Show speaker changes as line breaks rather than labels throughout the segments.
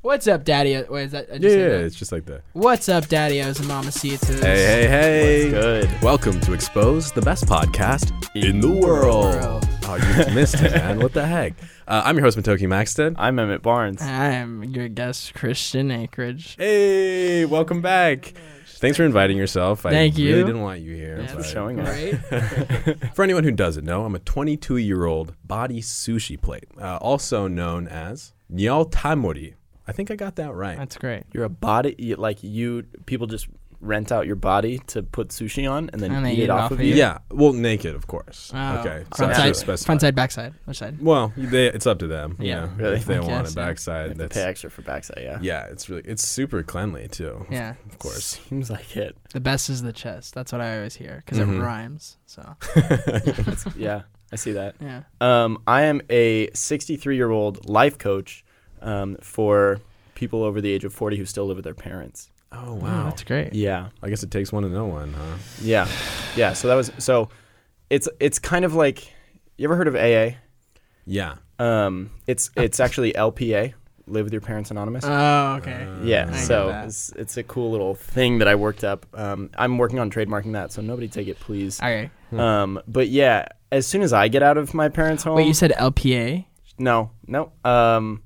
What's up, Daddy? Wait, is that? I just
Yeah, yeah,
said that.
it's just like that.
What's up, Daddy O's and Mama Citas?
Hey, hey, hey!
Good.
Welcome to Expose, the best podcast in the world.
world.
Oh, you missed it, man. What the heck? Uh, I'm your host, Matoki Maxton.
I'm Emmett Barnes.
I'm your guest, Christian Anchorage.
Hey, welcome back. Thanks for inviting yourself. I
Thank you.
really didn't want you here.
That's
but-
showing up.
Right?
For anyone who doesn't know, I'm a 22 year old body sushi plate, uh, also known as Nyal Tamori. I think I got that right.
That's great.
You're a body, you, like you, people just rent out your body to put sushi on and then
And they
eat it off of you.
yeah. well, naked, of course.
Oh.
Okay. So I
Front
should
side,
specify.
front side, back side, which side?
Well, they, it's up to them. you
Yeah.
know,
Really?
If they
I
want
guess,
a
yeah.
backside,
They
that's
pay extra for backside, yeah.
yeah. It's really it's super cleanly too.
Yeah.
of course.
Seems like it.
The best is the chest. That's what I always hear because
Mhm.
it rhymes. So
yeah, I see that.
yeah,
Um, I am a 63 year old life coach um, for people over the age of 40 who still live with their parents.
Oh
Oh,
wow.
that's great.
Yeah.
I guess it takes one to know one, huh?
Yeah. Yeah. So that was, so it's, it's kind of like, you ever heard of AA?
Yeah.
Um, it's, it's actually LPA, Live with Your Parents Anonymous.
Oh, okay.
Uh,
Yeah,
I get
so
that.
it's, it's a cool little thing that I worked up. Um, I'm working on trademarking that, so nobody take it, please.
okay.
Hmm.
Um, but yeah, as soon as I get out of my parents' home,
Wait, you said LPA,
no, no, um,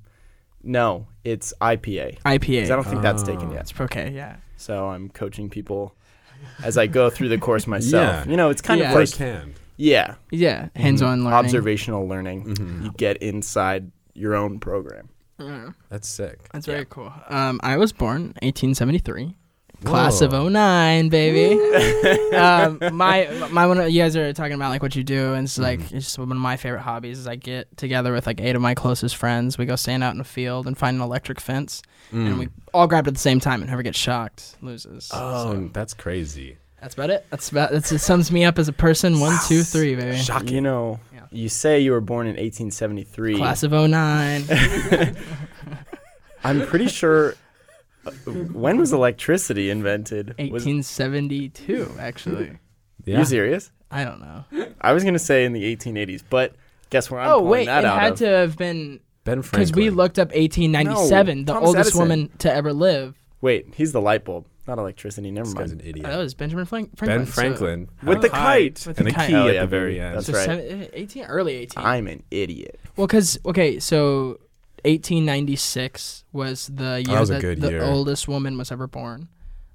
no, it's IPA.
IPA?
'Cause I don't think that's taken
Oh.
yet.
It's okay. Yeah.
So I'm coaching people as I go through the course myself.
Yeah.
You know, it's kind
Yeah.
of like
First hand.
yeah,
Yeah. Hands-on
Mm-hmm.
learning.
observational learning. You get inside your own program.
Yeah.
That's sick.
That's
Yeah.
very cool. Um, I was born 1873, class of
Whoa.
09, baby. um, my my one. of- You guys are talking about like what you do, and it's like
Mm-hmm.
it's just one of my favorite hobbies. Is I get together with like eight of my closest friends. We go stand out in a field and find an electric fence,
Mm.
Mm.
and we all grab it at the same time. And whoever gets shocked loses.
Oh,
So,
that's crazy.
that's about it. That's about that's it. Sums me up as a person. One, two, three, baby.
Shocking.
You know,
Yeah.
you say you were born in 1873.
Class of 09.
I'm pretty sure. uh, when was electricity invented? Was,
1872, actually.
You serious?
I don't know.
I was gonna say in the 1880s, but guess where I'm
oh
pulling
wait, it
that out
had
of?
to have been
Ben Franklin.
because we looked up 1897,
No,
the
Thomas
oldest
Edison.
woman to ever live.
Wait, he's the light bulb, not electricity. Never
This guy's an
mind.
idiot.
That was Benjamin Frank- Franklin.
ben
so-
Franklin.
With the kite.
With
and
the
a
kite.
key
Oh,
at
yeah,
the very end.
that's
so
right.
seven- 18, early 18.
I'm an idiot.
well, because okay, so 1896 was the year
was a
that
good
the
year.
oldest woman was ever born.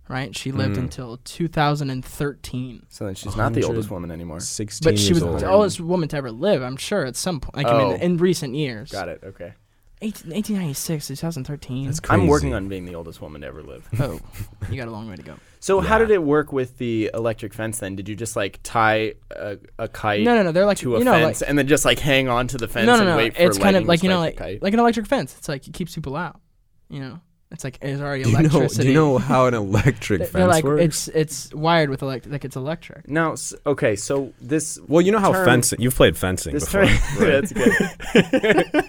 Right, she lived
Mm.
until 2013,
So then she's not the
100
oldest woman anymore.
16
but she was
years
the
old.
oldest woman to ever live. I'm sure at some point, like I
Oh.
mean, in recent years.
Got it. Okay.
18, 1896 to 2013.
That's crazy.
I'm working on being the oldest woman to ever live.
oh, you got a long way to go.
So
Yeah.
how did it work with the electric fence then? Did you just like tie a, a kite
No, no, no. They're like
to a
you know, like,
fence and then just like hang on to the fence
no, no,
and
no.
wait for
it's kind of
lightning
like
to
you know,
strike
like,
the kite?
like an electric fence. It's like it keeps people out. You know, it's like it's already
Do you, know, do
electricity.
you know how an electric
They-
fence
they're like it's
works?
it's wired with electric, like it's electric.
Now, s- okay, so this
well, you know how
term-
fencing. You've played fencing
this
before.
turn,
right?
that's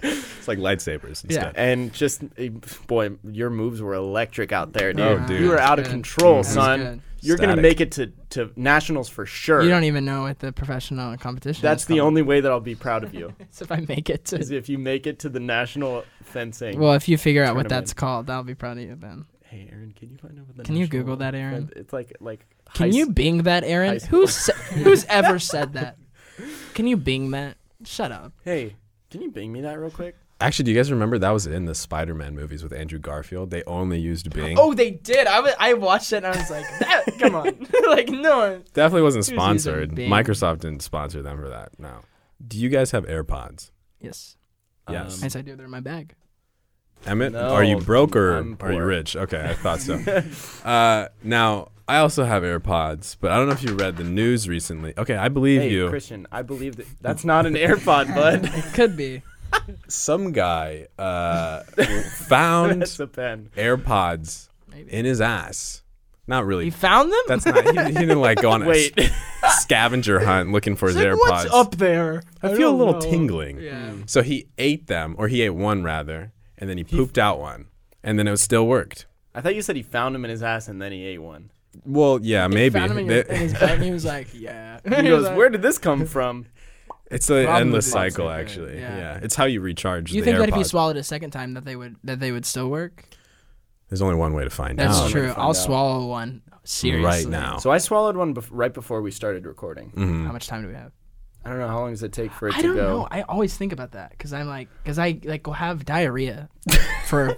good.
It's like lightsabers and
Yeah.
stuff.
And just eh, boy, your moves were electric out there, dude.
Oh, dude.
You were out of
Good.
control,
That was
son.
good.
You're gonna
Static.
make it to, to nationals for sure.
You don't even know what the professional competition.
That's
is
the
called.
only way that I'll be proud of you
So if I make it
is
to.
if you make it to the national fencing.
Well, if you figure out what
Tournament.
that's called, that'll be proud of you, Ben.
hey, Aaron, can you find out what the
Can you
national
Google that, Aaron?
fen- It's like like.
Can
high
you
s-
Bing that,
high
Aaron?
s-
Who's sa- who's ever said that? Can you Bing that? Shut up.
Hey, can you Bing me that real quick?
Actually, do you guys remember that was in the Spider-Man movies with Andrew Garfield? They only used Bing.
Oh, they did. I wa- I watched it and I was like, that, come on, like no.
Definitely wasn't
He was using
sponsored.
Bing.
Microsoft didn't sponsor them for that. No. Do you guys have AirPods?
Yes,
Yes.
yes, I do. They're in my bag.
Emmett,
Um, No,
are you broke or
I'm
are you
poor.
rich? Okay, I thought so. uh, now, I also have AirPods, but I don't know if you read the news recently. Okay, I believe
Hey,
you.
Christian, I believe that that's not an AirPod, bud.
It could be.
Some guy uh, found
That's a pen.
AirPods
Maybe.
in his ass. Not really.
You found them?
That's not. He, he didn't like go on a
Wait.
s- scavenger hunt looking for his
Like,
AirPods.
what's up there?
I feel a
don't
little
know.
tingling.
Yeah.
So he ate them, or he ate one rather, and then he pooped out one, and then it still worked.
I thought you said he found him in his ass and then he ate one.
Well, yeah, maybe.
Found them in, your,
They-
in his bag and he was like, yeah.
He goes, "Where did this come from?"
It's an
Probably
endless
the
cycle,
same thing,
actually. Yeah.
yeah.
it's how you recharge.
You
the
think that if you
AirPod.
swallowed it a second time that they would that they would still work?
There's only one way to find
That's
out.
I'm
true.
gonna find
I'll
out.
swallow one. Seriously.
Right now. Hmm.
So I swallowed one bef- right before we started recording.
Mm-hmm.
How much time do we have?
I don't know how long does it take for it
I
to
don't
go.
know. I always think about that because I'm like, because I like will have diarrhea for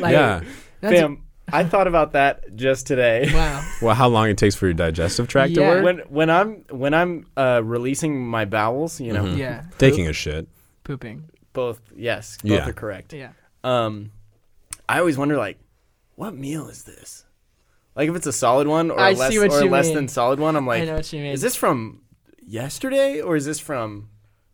like.
yeah.
that's-
Fam, I thought about that just today.
Wow.
Well, how long it takes for your digestive tract to
Yeah.
work?
when when I'm when I'm uh, releasing my bowels, you know,
Mm-hmm.
Yeah.
Taking a shit.
Pooping.
both yes, both
Yeah.
are correct.
Yeah.
Um, I always wonder like, what meal is this? Like if it's a solid one or
I
a less
see what
or
you
less
mean.
than solid one, I'm like,
know what you mean.
is this from yesterday or is this from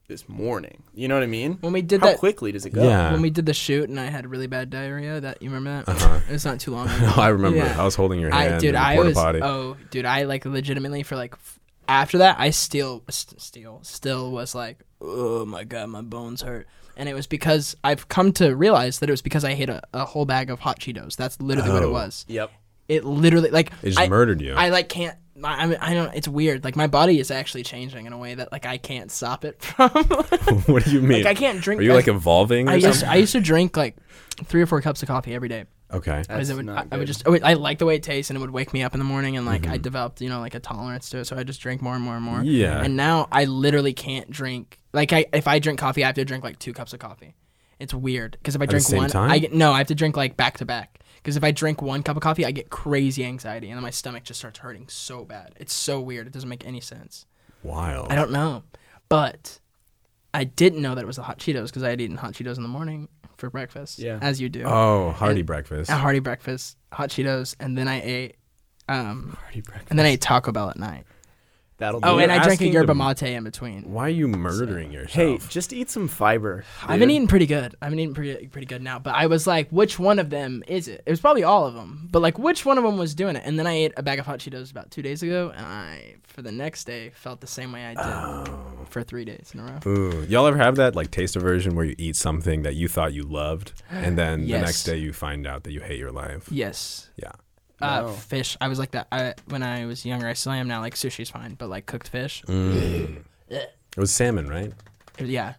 this morning? You know what I mean?
When we did
How
that.
quickly does it go?
Yeah.
When we did the shoot and I had really bad diarrhea, that you remember that?
Uh-huh.
It was not too long ago.
No, Oh, I remember.
Yeah.
I was holding your hand.
I dude,
in the
I
porta
was.
potty.
Oh, dude, I like legitimately for like f- after that, I still, st- still, still was like, oh my god, my bones hurt, and it was because I've come to realize that it was because I ate a, a whole bag of hot Cheetos. That's literally what
Oh.
it was.
Yep.
It literally like
it just
I,
murdered you.
I like can't. I, I mean, I don't. It's weird. Like my body is actually changing in a way that like I can't stop it from.
what do you mean?
like I can't drink.
Are you
I-
like evolving or
I used,
something?
I used to drink like three or four cups of coffee every day.
okay.
Because it
That's
would,
not
I, I would
good.
just, I, would, I like the way it tastes, and it would wake me up in the morning, and like I developed, you know, like a tolerance to it, so I just drank more and more and more.
Yeah.
And now I literally can't drink. Like I, if I drink coffee, I have to drink like two cups of coffee. It's weird because if I
the
drink
same
one,
time?
I get no, I have to drink like back to back. Because if I drink one cup of coffee, I get crazy anxiety, and then my stomach just starts hurting so bad. It's so weird. It doesn't make any sense.
Wild.
I don't know, but I didn't know that it was the hot Cheetos because I had eaten hot Cheetos in the morning for breakfast.
Yeah.
As you do
oh, hearty
And-
breakfast.
a hearty breakfast, hot Cheetos, and then I ate, um,
Hearty breakfast.
and then I ate Taco Bell at night.
That'll do.
Oh,
You're
and I drank a
asking
yerba
them-
mate in between.
Why are you murdering
hey,
yourself?
just eat some fiber.
I've been
dude.
eating pretty good. I've been eating pretty pretty good now. But I was like, which one of them is it? It was probably all of them. But like, which one of them was doing it? And then I ate a bag of hot Cheetos about two days ago, and I for the next day felt the same way I did
Oh.
for three days in a row.
Ooh. Y'all ever have that like taste aversion where you eat something that you thought you loved and then
Yes.
the next day you find out that you hate your life?
Yes.
Yeah.
Uh,
Wow.
Fish. I was like that I, when I was younger. I still am now. Like sushi's fine, but like cooked fish.
Mm. It was salmon, right?
Yeah.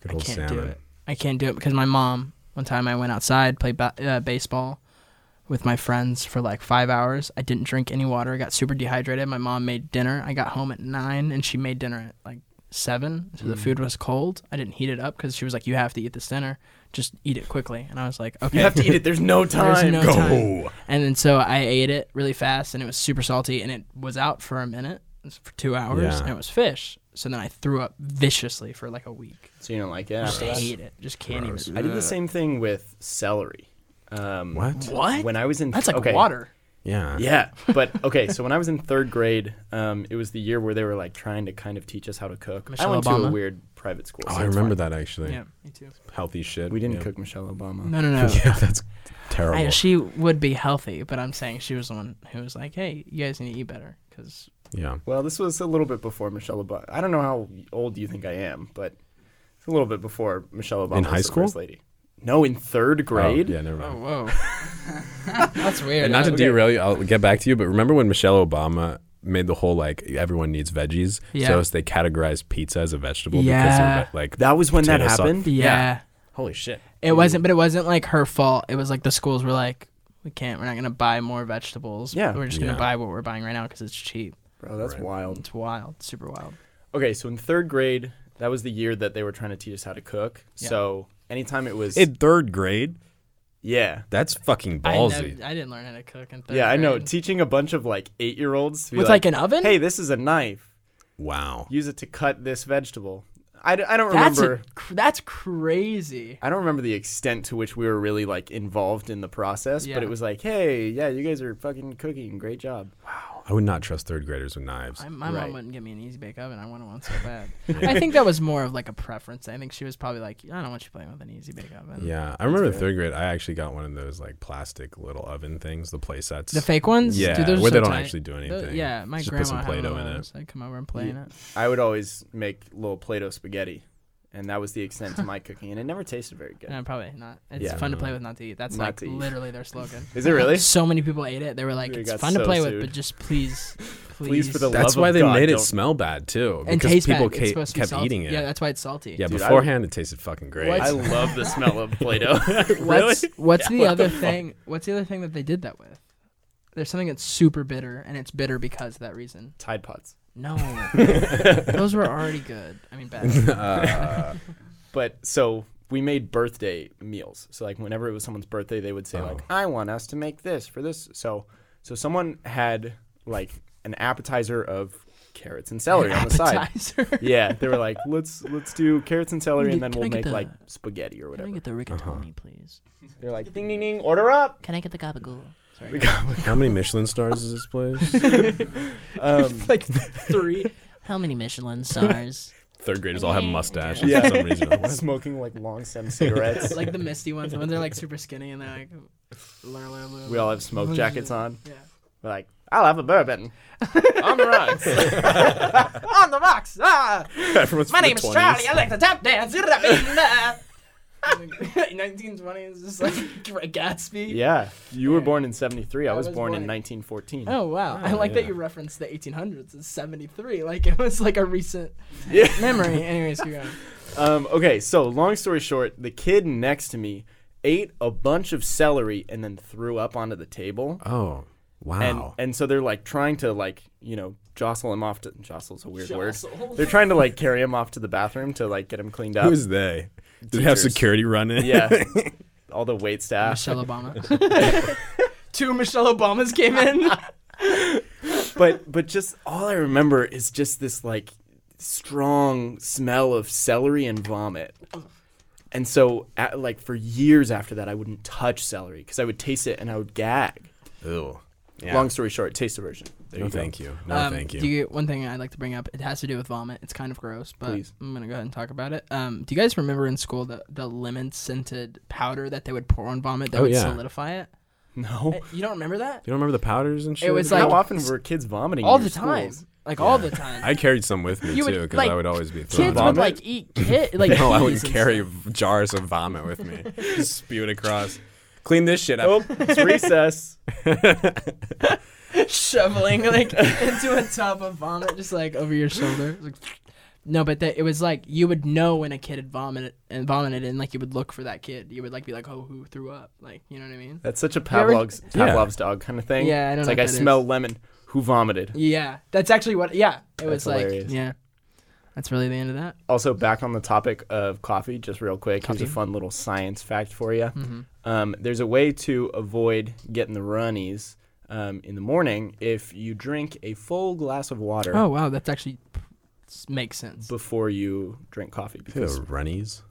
Good
I
old
can't
salmon.
do it. I can't do it because my mom. One time I went outside, played ba- uh, baseball with my friends for like five hours. I didn't drink any water. I got super dehydrated. My mom made dinner. I got home at nine, and she made dinner at like seven.
Mm.
So the food was cold. I didn't heat it up because she was like, "You have to eat this dinner. Just eat it quickly." And I was like, "Okay."
You have to eat it. There's no
There's
time.
no
Go.
time. And then so I ate it really fast, and it was super salty, and it was out for a minute, it was for two hours,
Yeah.
and it was fish. So then I threw up viciously for like a week.
So you don't like it.
Just
after that?
hate it. Just can't even.
I did the same thing with celery. Um,
What?
What?
When I was in
That's like
okay.
water.
Yeah.
Yeah, but okay. So when I was in third grade, um, it was the year where they were like trying to kind of teach us how to cook.
Michelle
I went to a
Obama?
weird private school.
Oh,
so
I
it's
remember
fine.
that actually.
Yeah, me too.
Healthy shit.
We didn't
Yeah.
cook Michelle Obama.
No, no, no.
yeah, that's terrible.
I, she would be healthy, but I'm saying she was the one who was like, "Hey, you guys need to eat better." Because
yeah.
Well, this was a little bit before Michelle Obama. I don't know how old you think I am, but it's a little bit before Michelle Obama.
In
was
high
the
school?
first lady. No, in third grade.
Oh, yeah, never mind.
whoa, that's weird.
And not to
Okay.
derail you, I'll get back to you, but remember when Michelle Obama made the whole like everyone needs veggies?
Yeah.
So it's- they categorized pizza as a vegetable
Yeah.
because of, like
That was when that
Potato sauce.
happened.
Yeah.
Holy shit.
it wasn't, but it wasn't like her fault. It was like the schools were like, "We can't. We're not gonna buy more vegetables.
Yeah.
we're just gonna
Yeah.
buy what we're buying right now because it's cheap.
Bro, that's
Right.
wild.
It's wild, super wild.
Okay, so in third grade, that was the year that they were trying to teach us how to cook.
Yeah.
So anytime it was,
in third grade.
yeah,
That's fucking
I,
ballsy.
nev- I didn't learn how to cook in third
yeah, I know.
grade.
Teaching a bunch of like eight-year-olds to be
With like an oven.
hey, this is a knife.
Wow.
Use it to cut this vegetable. I, d- I don't
that's a
remember.
cr- that's crazy.
I I don't remember the extent to which we were really like involved in the process,
Yeah.
but it was like, hey, yeah, you guys are fucking cooking. Great job.
I would not trust third graders with knives.
I, my
Right.
mom wouldn't give me an easy bake oven. I wanted one so bad. I think that was more of like a preference. I think she was probably like, I don't want you playing with an easy bake oven.
yeah. I remember in third grade I actually got one of those like plastic little oven things, the play sets.
The fake ones,
Yeah,
Dude, those are
where
so
they don't
tight.
actually do
Tho-
anything.
yeah, my
Just put
grandma
some
had
Play-Doh
one
in
of
it.
those. I'd come over and play in it.
I would always make little Play-Doh spaghetti, and that was the extent to my cooking, and it never tasted very good.
No, probably not. It's
Yeah.
fun to play with, not to eat. That's
Not
like
to eat.
literally their slogan.
Is it really?
So many people ate it. They were like,
They
it's
got
fun
so
to play
sued.
with, but just please, please.
Please, for the love
That's
of
why they
God,
made it
don't-
smell bad too,
and
because
taste
people
bad.
ca-
It's supposed to be
kept
salty.
eating it.
Yeah, that's why it's salty.
Yeah,
Dude, I-
beforehand it tasted fucking great.
What?
I love the smell of Play-Doh.
What's
really?
what's the other thing? What's the other thing that they did that with? There's something that's super bitter, and it's bitter because of that reason.
Tide Pods.
No, those were already good. I mean, bad.
Uh,
But so we made birthday meals. So like whenever it was someone's birthday, they would say
Oh.
like, "I want us to make this for this." So so someone had like an appetizer of carrots and celery on the side.
Appetizer.
Yeah, they were like, "Let's let's do carrots and celery, and
Dude,
then
can
we'll
I get
make
the-
like spaghetti or
Can I
whatever."
get the
Uh-huh.
rigatoni, please?
They're like, "Ding ding ding, order up."
Can I get the gabagool? Sorry.
how many Michelin stars is this place?
Um,
like three.
How many Michelin stars?
Third graders all have mustaches
Yeah.
for some reason. What?
smoking like long stem cigarettes.
like the misty ones, the ones that are like super skinny and they're like. "Lur, lur, lur,
we all
lur."
have smoke jackets on.
Oh, Yeah.
We're like, "I'll have a bourbon on the rocks."
On the rocks. Ah,
Everyone's from the 20s.
like to tap dance. 1920s, just like Gatsby.
yeah, you were
Yeah.
born in '73. I, was, born, in
in-
1914.
Oh wow! I
Oh,
like
yeah.
that you referenced the 1800s. It's 73. Like it was like a recent
Yeah.
memory. Anyways, keep going.
Um, okay, so long story short, the kid next to me ate a bunch of celery and then threw up onto the table.
Oh, wow.
And and so they're like trying to like, you know, jostle him off to jostle's a weird
Jostle.
word. They're trying to like carry him off to the bathroom to like get him cleaned up.
Who's they? Did they have
Teachers.
security run in?
yeah. All the wait staff.
Michelle Obama. Two Michelle Obamas came in.
But but just all I remember is just this like strong smell of celery and vomit. And so at, like for years after that I wouldn't touch celery cuz I would taste it and I would gag.
Ew. Yeah.
Long story short, taste aversion. There
no,
you go.
thank you. No,
Um,
thank you.
Do you one thing I'd like to bring up? It has to do with vomit. It's kind of gross, but
Please.
I'm gonna go ahead and talk about it. Um, do you guys remember in school the the lemon scented powder that they would pour on vomit that
Oh,
would
yeah.
solidify it?
No.
Eh, You don't remember that?
You don't remember the powders and shit?
was
How
like-
often were kids vomiting?
all
in
the
your
time,
schools?
like all the time.
I carried some with me
You would,
too, because
like,
I would always be
Kids
throwing
would
up.
vomit?
like eat kid like.
No, I
peas
would
and
carry
stuff.
jars of vomit with me. Just spew it across. Clean this shit up.
Oh, it's recess.
shoveling like into a tub of vomit, just like over your shoulder. Like, No, but that it was like you would know when a kid had vomited and vomited, and like you would look for that kid. You would like be like, "Oh, who threw up?" Like, you know what I mean?
That's such a
ever-
Pavlov's
Yeah.
Pavlov's dog kind of thing.
Yeah, I don't
it's
know
like
what
I
that
smell
is.
lemon. Who vomited?
Yeah, that's actually what. Yeah, it was
That's
like
hilarious.
yeah. That's really the end of that.
Also, back on the topic of coffee, just real quick. Here's a fun little science fact for you.
Hmm.
Um, there's a way to avoid getting the runnies um, in the morning if you drink a full glass of water
Oh wow, that's actually s- makes sense.
before you drink coffee because
runnies.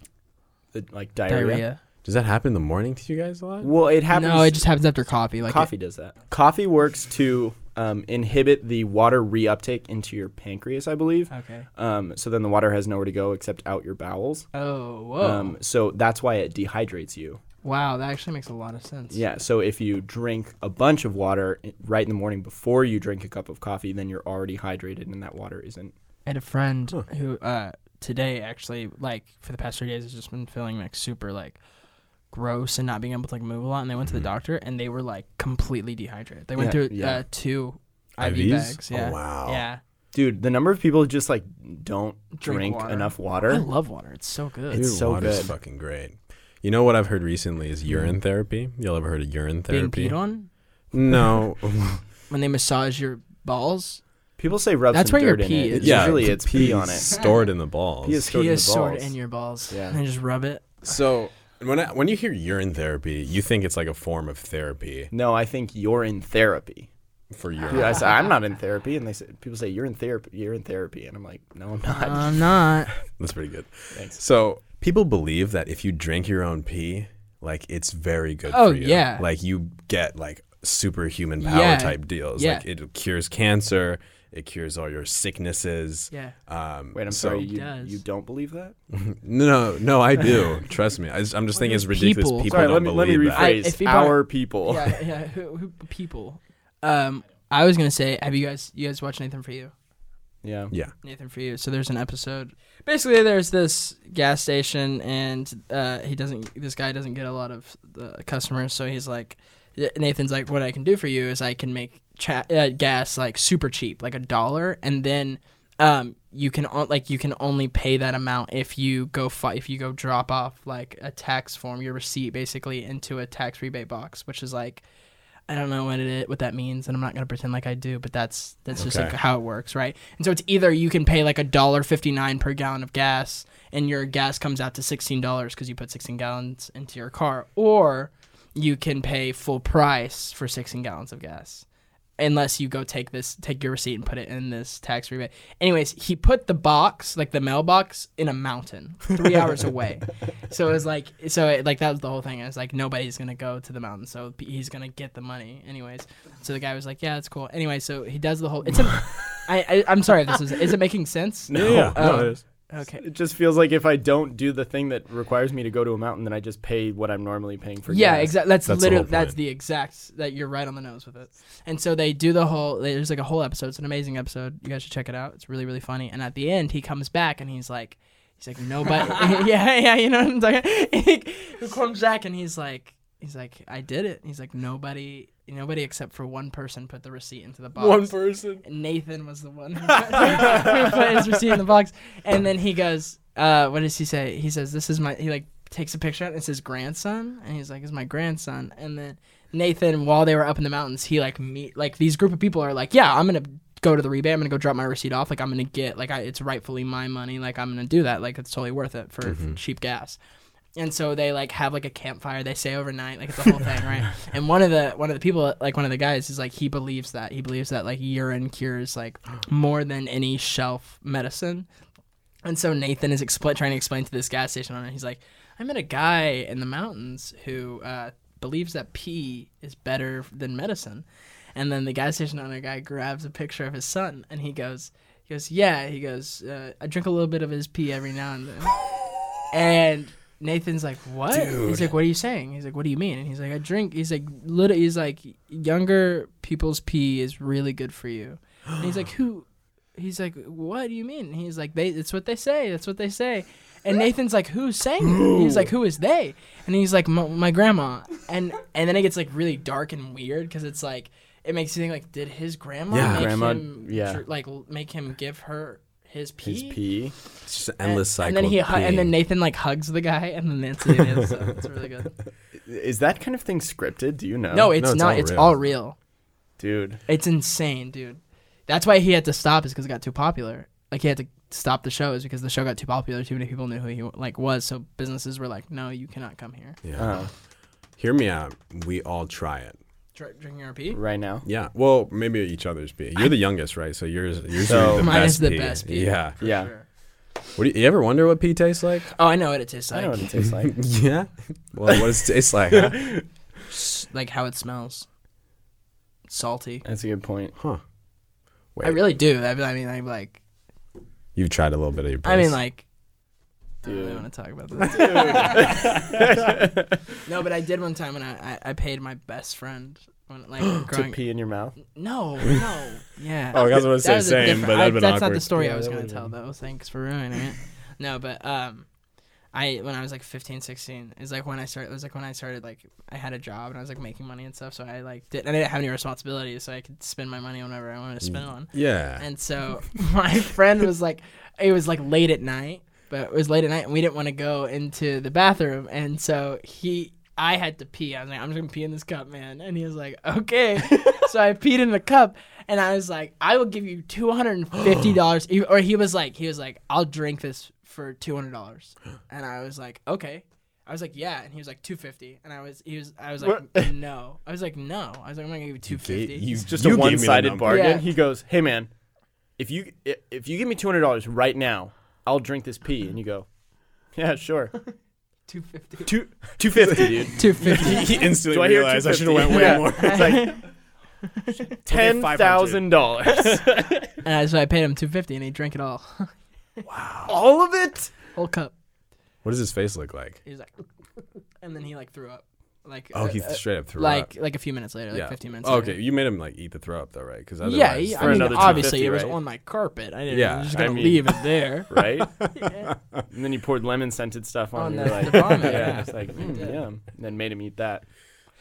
the, like diarrhea.
Diarrhea.
Does that happen in the morning to you guys a lot?
Well, it happens.
No, it just happens after coffee. Like
coffee does that. Coffee works to um, inhibit the water reuptake into your pancreas, I believe.
okay.
Um, so then the water has nowhere to go except out your bowels.
Oh whoa.
Um, so that's why it dehydrates you.
wow, that actually makes a lot of sense.
Yeah. So if you drink a bunch of water i- right in the morning before you drink a cup of coffee, then you're already hydrated, and that water isn't.
I had a friend who uh, today actually like for the past three days has just been feeling like super like gross and not being able to like move a lot and they went to the doctor and they were like completely dehydrated. They went
Mm-hmm.
through
Yeah, yeah.
Uh, two IV
IVs?
bags.
Oh,
Yeah.
wow.
Yeah.
Dude, the number of people who just like don't drink,
Drink water.
enough
I
water.
love water. It's so good.
It's
Dude,
so
water's
good. Mm-hmm.
fucking great. You know what I've heard recently is urine therapy. Y'all ever heard of urine
being
therapy?
peed on
No.
when they massage your balls.
People say rub
That's
some
where your
dirt in
pee
it.
is.
yeah,
Usually it's pee on
is
it.
Stored in the balls.
Pee is stored
Pee
in the
is sort
balls.
in your balls.
Yeah.
And they just rub it.
So when I, when you hear urine therapy, you think it's like a form of therapy
No, I think you're in therapy.
for urine.
Dude, I said, I'm not in therapy, and they said people say you're in therapy. You're in therapy, and I'm like, no, I'm not.
I'm not.
That's pretty good.
Thanks.
So people believe that if you drink your own pee, like it's very good
Oh,
for you.
yeah.
Like you get like superhuman power
Yeah.
type deals.
Yeah.
Like it cures cancer, it cures all your sicknesses.
Yeah.
Um,
Wait, I'm
so-
sorry.
It
You,
does.
you don't believe that?
No, no, I do. Trust me. I, just- I'm just thinking it's ridiculous.
people?
People,
sorry,
don't
let me let me
believe that.
I-
rephrase.
if people
Our
are-
people.
yeah, yeah. Who, who, people. Um, I was gonna say, have you guys you guys watched Nathan for You?
Yeah.
yeah.
Nathan for you. So there's an episode. Basically, there's this gas station, and uh, he doesn't. This guy doesn't get a lot of the customers, so he's like, Nathan's like, "What I can do for you is I can make cha- uh, gas like super cheap, like a dollar, and then um you can on- like you can only pay that amount if you go fi- if you go drop off like a tax form, your receipt basically into a tax rebate box, which is like I don't know what it is, what that means, and I'm not gonna pretend like I do, but that's that's just like
Okay.
how it works, right? And so it's either you can pay like a dollar fifty nine per gallon of gas, and your gas comes out to sixteen dollars because you put sixteen gallons into your car, or you can pay full price for sixteen gallons of gas, unless you go take this take your receipt and put it in this tax rebate. Anyways, he put the box like the mailbox in a mountain three hours away, so it was like so it, like that was the whole thing. It was like nobody's gonna go to the mountain, so he's gonna get the money anyways. So the guy was like, yeah, that's cool. Anyway, so he does the whole. It's a, I, I I'm sorry if this is is it making sense?
Yeah, yeah,
Oh.
no, it is.
Okay.
It just feels like if I don't do the thing that requires me to go to a mountain, then I just pay what I'm normally paying for.
yeah,
gas.
exactly. That's,
That's the
literally
whole
that's
point.
the exact that you're right on the nose with it. And so they do the whole. There's like a whole episode. It's an amazing episode. You guys should check it out. It's really really funny. And at the end, he comes back and he's like, he's like nobody. yeah, yeah, you know what I'm talking. He, he comes back and he's like, he's like, I did it. He's like nobody, nobody except for one person put the receipt into the box.
person.
Nathan was the one who put, who put his receipt in the box. And then he goes, uh, what does he say? He says, This is my he like takes a picture out and it says grandson and he's like, It's my grandson and then Nathan, while they were up in the mountains, he like meet like these group of people are like, Yeah, I'm gonna go to the rebate, I'm gonna go drop my receipt off, like I'm gonna get like I, it's rightfully my money, like I'm gonna do that, like it's totally worth it for cheap gas and so they like have like a campfire they stay overnight like it's the whole thing right and one of the one of the people like one of the guys is like he believes that he believes that like urine cures like more than any shelf medicine and so nathan is expl- trying to explain to this gas station owner he's like i met a guy in the mountains who uh, believes that pee is better than medicine and then the gas station owner guy grabs a picture of his son and he goes he goes yeah he goes uh, i drink a little bit of his pee every now and then and Nathan's like, "What?" He's like, "What are you saying?" He's like, "What do you mean?" And he's like, "I drink." He's like, "Lit." He's like, "Younger people's pee is really good for you." And he's like, "Who?" He's like, "What do you mean?" And he's like, "They. It's what they say. That's what they say." And Nathan's like, "Who's saying?" It? He's like, "Who is they?" And he's like, "My my grandma." And and then it gets like really dark and weird because it's like it makes you think like, did his grandma
Yeah.
make
Grandma-
him
yeah.
tr- like l- make him give her his pee?
His pee.
It's just an endless cycle.
And then
of
he hu-
peeing.
and then Nathan like hugs the guy, and then that's it. Is, so it's really good.
Is that kind of thing scripted? Do you know?
No, it's,
it's
not.
all
it's
real.
all real.
dude.
It's insane, dude. That's why he had to stop is because it got too popular. Like he had to stop the show is because the show got too popular. Too many people knew who he like was, so businesses were like, "No, you cannot come here."
yeah.
Uh,
Hear me out. We all try it.
Dr- drinking our pee.
right now.
Yeah. Well, maybe each other's pee. You're the youngest, right? So yours, yours
So-
are the
Mine
best
is the
pee.
best pee.
Yeah.
for
Yeah.
sure.
What do you, you ever wonder what pee tastes like?
Oh, I know what it tastes
I
like.
know what it tastes like.
yeah. Well, what does it taste like? huh?
S- Like how it smells. Salty.
That's a good point.
Huh. Wait.
I really do. I I mean, I like.
You've tried a little bit of your. Piss.
I mean, like. I don't
Dude.
really want to talk about this. No, but I did one time when I, I, I paid my best friend when like
to
growing.
pee in your mouth.
no, no, yeah.
Oh, that's what I was
That
saying,
was a
same,
different-
but
I-
that'd been
that's not
awkward.
the story
Yeah,
I was
that
gonna
would've
tell though. Thanks for ruining it. No, but um, I when I was like 15, 16 is like when I started. It was like when I started like I had a job and I was like making money and stuff. So I like did I didn't have any responsibilities, so I could spend my money whenever I wanted to spend
Mm.
it on.
Yeah.
And so my friend was like, it was like late at night, but it was late at night, and we didn't want to go into the bathroom. And so he, I had to pee. I was like, I'm just gonna pee in this cup, man. And he was like, okay. so I peed in the cup, and I was like, I will give you two hundred and fifty dollars. Or he was like, he was like, I'll drink this for two hundred dollars. And I was like, okay. I was like, yeah, and he was like two fifty, and I was he was I was like, no, I was like, no, I was like, I'm not gonna give you two fifty.
You-
It's just
you
a
gave me the
one-sided
number.
bargain.
Yeah.
He goes, "Hey man, if you i- if you give me two hundred dollars right now, I'll drink this pee." And you go, "Yeah, sure,
Two fifty.
two two fifty, dude.
Two fifty.
he instantly
Do I hear
realized I should have
250?
went way
Yeah.
more.
It's like ten thousand dollars.
And I, so I paid him two fifty, and he drank it all,
All of it?
whole cup.
What does his face look like?
He was like, and then he like threw up, like
Oh,
uh,
he
uh,
straight up threw up.
like like a few minutes later, like fifteen minutes.
Oh, Okay,
Later.
you made him like eat the throw up though, right? Because
Yeah,
otherwise,
yeah,
for
I mean,
another
obviously
250,
it was
right?
on my carpet. I didn't.
Yeah,
I'm just
I
gonna
mean-
leave it there.
Right?
Yeah.
And then you poured lemon scented stuff on,
On
you
the-
like,
the vomit,
yeah,
yeah.
it's like, mm,
did.
yum. And then made him eat that.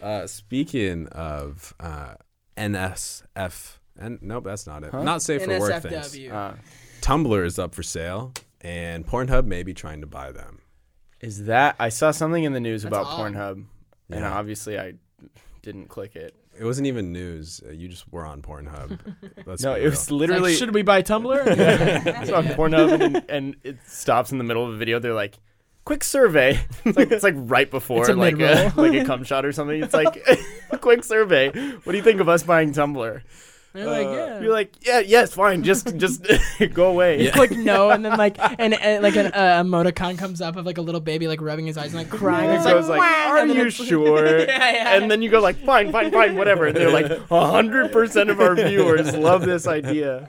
Uh, speaking of uh, NSF. And nope, that's not it. Not safe for work things.
NSFW.
Uh,
Tumblr is up for sale, and Pornhub may be trying to buy them.
is that I saw something in the news
That's
about
odd.
Pornhub, and
Yeah.
obviously I didn't click it.
It wasn't even news. Uh, you just were on Pornhub. Let's
no,
be
it
real.
was literally
should we buy Tumblr?
it's on Pornhub, and, and it stops in the middle of a video. They're like, "Quick survey." It's like, it's like right before
It's a
like a
mid-roll.
like a cum shot or something. It's like, "Quick survey. What do you think of us buying Tumblr?"
They're like,
Uh,
yeah.
You're Uh, like, "Yeah, yes, fine. Just just go away."
Yeah.
Click no, and then like and, and like an uh, emoticon comes up of like a little baby like rubbing his eyes and like crying.
And it
It's
goes like,
"Wah!"
"Are
and then
you
it's-
sure?"
Yeah, yeah.
And then you go like, "Fine, fine, fine, whatever." And they're like, "100 percent of our viewers love this idea."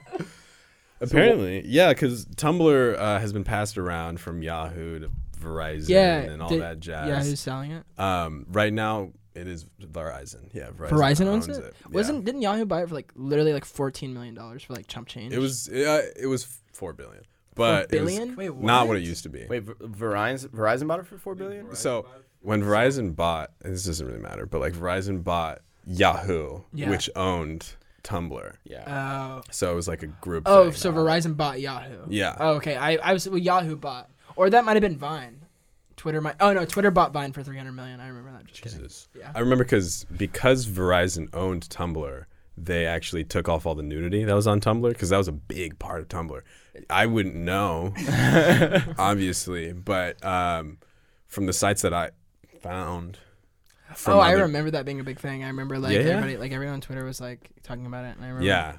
Apparently, yeah, because Tumblr uh, has been passed around from Yahoo to Verizon
yeah,
and all
did-
that
Yeah,
jazz.
who's selling it?
um, right now, it is Verizon. Yeah, Verizon,
Verizon owns, it.
Yeah.
Wasn't didn't Yahoo buy it for like literally like fourteen million dollars for like chump change?
it was uh, it was four billion, but it was
billion? Wait,
not what it used to be.
Wait, Ver- Verizon Verizon bought it for four billion.
so when Verizon bought, this doesn't really matter, but like Verizon bought Yahoo,
Yeah.
which owned Tumblr,
Yeah.
Oh.
so it was like a group.
Oh,
thing.
so Verizon bought Yahoo.
Yeah.
Oh, okay. I, I was well, Yahoo bought, or that might have been Vine. Twitter might. Oh no, Twitter bought Vine for three hundred million. I remember that. Just kidding.
Jesus.
Yeah.
I remember because because Verizon owned Tumblr, they actually took off all the nudity that was on Tumblr because that was a big part of Tumblr. I wouldn't know, obviously, but um, from the sites that I found.
oh,
From
I
other-
remember that being a big thing. I remember like
Yeah?
everybody, like everyone on Twitter was like talking about it, and I remember.
Yeah,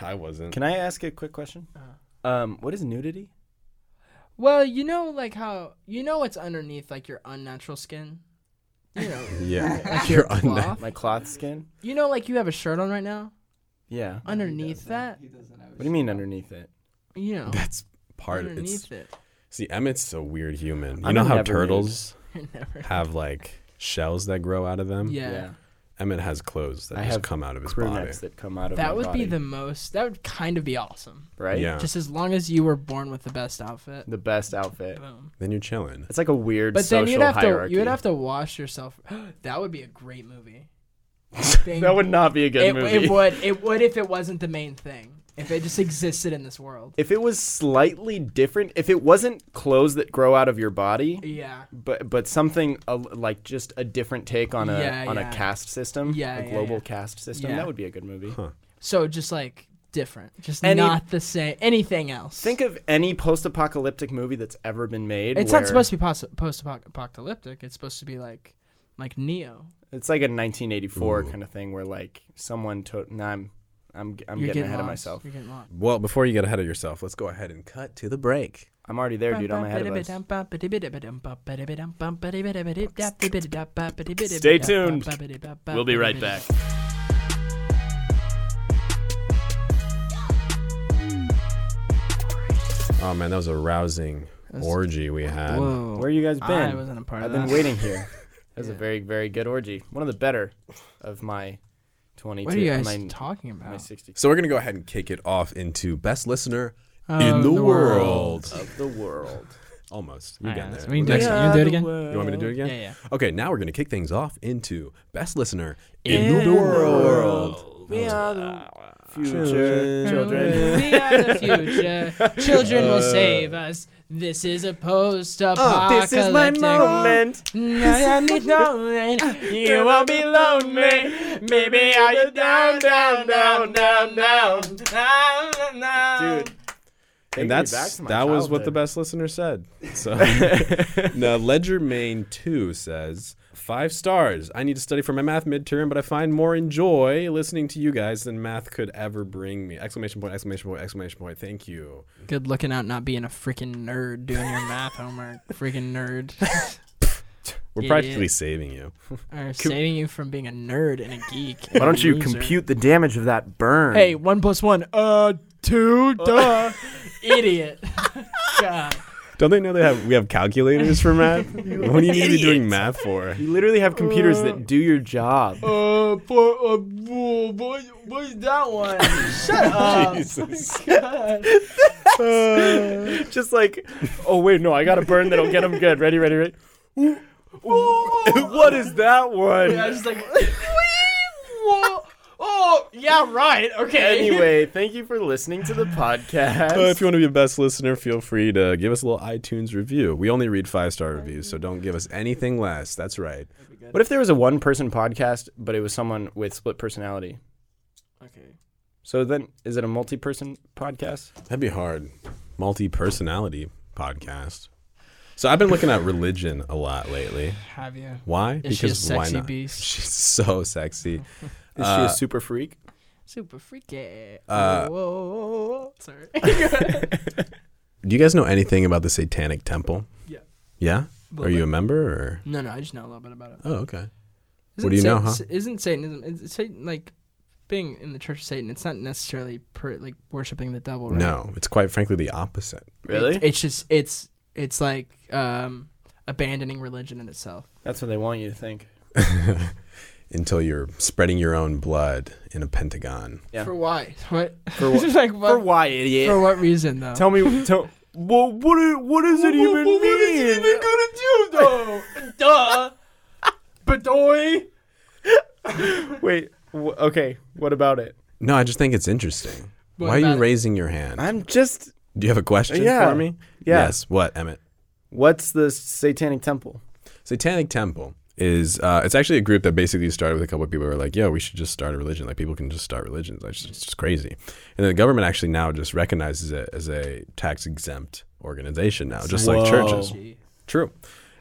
I wasn't.
Can I ask a quick question?
Uh-huh.
Um, what is nudity?
Well, you know, like how you know what's underneath, like your unnatural skin. You know,
yeah,
like
Your
your
unna-
cloth.
My cloth skin?
You know, like you have a shirt on right now.
Yeah. What
Underneath that,
do you mean underneath it?
you know,
that's part. Of, it's
underneath it.
see, Emmett's a weird human. You
I'm
know how
never nude.
turtles
You're never.
have like shells that grow out of them.
Yeah.
Emmett has clothes that
I
just
have
come out of his
Crew
body.
necks that come out of my
That would
body,
be the most. That would kind of be awesome.
right.
Yeah.
Just as long as you were born with the best outfit.
The best outfit.
Boom.
Then you're chilling.
It's like a weird
But
social
then you'd have
hierarchy.
to you'd have to wash yourself. that would be a great movie.
that would not be a good
it,
movie.
it would it would if it wasn't the main thing. If it just existed in this world.
If it was slightly different, if it wasn't clothes that grow out of your body,
Yeah.
but but something a, like just a different take on a
Yeah,
on
yeah.
a caste system,
Yeah,
a
yeah,
global
yeah.
caste system,
Yeah.
that would be a good movie.
So just like different. Just
Any-
not the same. Anything else.
Think of any post-apocalyptic movie that's ever been made.
it's
where
not supposed to be pos- post apocalyptic. It's supposed to be like like Neo.
It's like a 1984 kind of thing where like someone took. Nah, I'm I'm I'm
You're
getting, ahead of
lost.
myself.
You're getting lost.
Well, before you get ahead of yourself, let's go ahead and cut to the break.
I'm already there, dude. I'm ahead of us.
Stay
tuned. We'll be right back.
Oh man, that was a rousing orgy we had.
Whoa.
Where you guys been?
I wasn't a part
I've
of
been
that.
waiting here. That was a
Yeah.
very very good orgy. One of the better of my 22.
What are you guys
my,
talking about?
My 60
So we're gonna go ahead and kick it off into best listener
Of
in the,
the
world.
world.
of the world.
Almost, we
All
got
right,
there.
so we can do
Next-
it. wanna do again?
You want me to do it again?
Yeah, yeah.
Okay, now we're gonna kick things off into best listener in,
In
the
the
world.
We are the
Children.
future children.
We are the future. Children will save us. This is a post-apocalyptic.
Uh, Oh, This is my moment.
Now I need no rain. You won't be lonely. Maybe are you down, down, down, down, down, down, down.
Dude.
And that's that was what the best listener said. So now Ledger Main Two says five stars. I need to study for my math midterm, but I find more enjoy listening to you guys than math could ever bring me! Exclamation point! Exclamation point! Exclamation point! Thank you.
Good looking out, not being a freaking nerd doing your math homework. Freaking nerd.
We're
Idiot.
practically saving you.
Or saving you from being a nerd and a geek.
Why don't you compute the damage of that burn?
Hey, one plus one. Uh, two. Duh. Idiot. God.
Don't they know they have we have calculators for math? what do you need to be doing math for?
you literally have computers that do your job.
Uh, for, uh, whoa, what, what's that one? Shut up.
Jesus.
God.
Just like, oh wait, no, I got a burn that'll get him good. Ready, ready, ready. what is that one?
I was just like, wee, whoa, oh, yeah, right. Okay.
Anyway, thank you for listening to the podcast.
Uh, if you want to be a best listener, feel free to give us a little iTunes review. We only read five star reviews, so don't give us anything less. That's right.
what if there was a one person podcast, but it was someone with split personality?
Okay.
So then, is it a multi person podcast?
That'd be hard. Multi personality podcast. So I've been looking at religion a lot lately.
Have you?
Why?
Is she a sexy beast?
She's so sexy.
Is she
Uh,
a super freak?
Super freaky. whoa,
Uh,
whoa, whoa, whoa. Sorry.
Do you guys know anything about the Satanic Temple?
Yeah.
Yeah? Are
Little
you a member or?
no, no. I just know a little bit about it.
Oh, okay.
Isn't
What do you know,
Sat-
huh?
s- Isn't Satanism? Is Satan like being in the Church of Satan? It's not necessarily per, like worshiping the devil. Right?
No, it's quite frankly the opposite.
It- it's just it's it's like um, abandoning religion in itself.
That's what they want you to think.
Until you're spreading your own blood in a pentagon.
Yeah.
For why? What?
For what?
like what? For,
For why, idiot?
what reason though?
Tell me. Tell. Well, what? i- What does it even mean?
gonna do though? Duh. Bedoy.
Wait. W- okay. What about it?
No, I just think it's interesting.
What
Why are you
about it?
raising your hand?
I'm just.
Do you have a question
Yeah.
for me?
Yeah.
Yes. What, Emmett?
What's the Satanic Temple?
Satanic Temple is uh, it's actually a group that basically started with a couple of people who were like, "Yo, we should just start a religion. Like people can just start religions. Like, it's just- it's just crazy." And then the government actually now just recognizes it as a tax exempt organization now, just like churches.
Whoa.
True.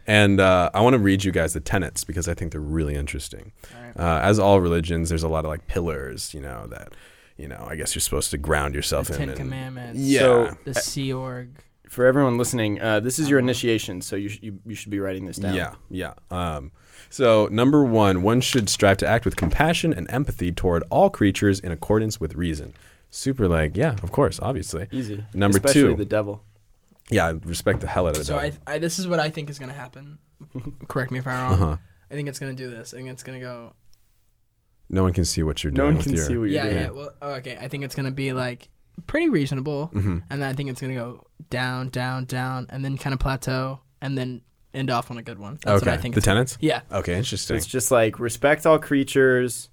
And uh, I want to read you guys the tenets because I think they're really interesting.
Alright.
Uh, as all religions, there's a lot of like pillars, you know, that you know I guess you're supposed to ground yourself
The
in.
Ten
and-
Commandments.
Yeah.
So-
The Sea Org.
For everyone listening, uh, this is your initiation, so you, sh- you you should be writing this down.
Yeah, yeah. Um, so, number one, one should strive to act with compassion and empathy toward all creatures in accordance with reason. Super, like, yeah, of course, obviously.
Easy.
Number
Especially
two.
the devil.
Yeah, I respect the hell out of it.
So I, I, this is what I think is gonna happen. Correct me if I'm wrong.
uh-huh.
I think it's gonna do this. I think it's gonna go.
No one can see what you're
No
doing.
one can see what you're
Yeah,
doing.
yeah. Well, oh, okay. I think it's gonna be like pretty reasonable,
Mm.
hmm
and then I think it's gonna go down, down, down, and then kind of plateau, and then end off on a good one. That's
okay.
what I think.
the
it's gonna-
tenants?
yeah.
Okay,
So
interesting.
it's just like respect all creatures.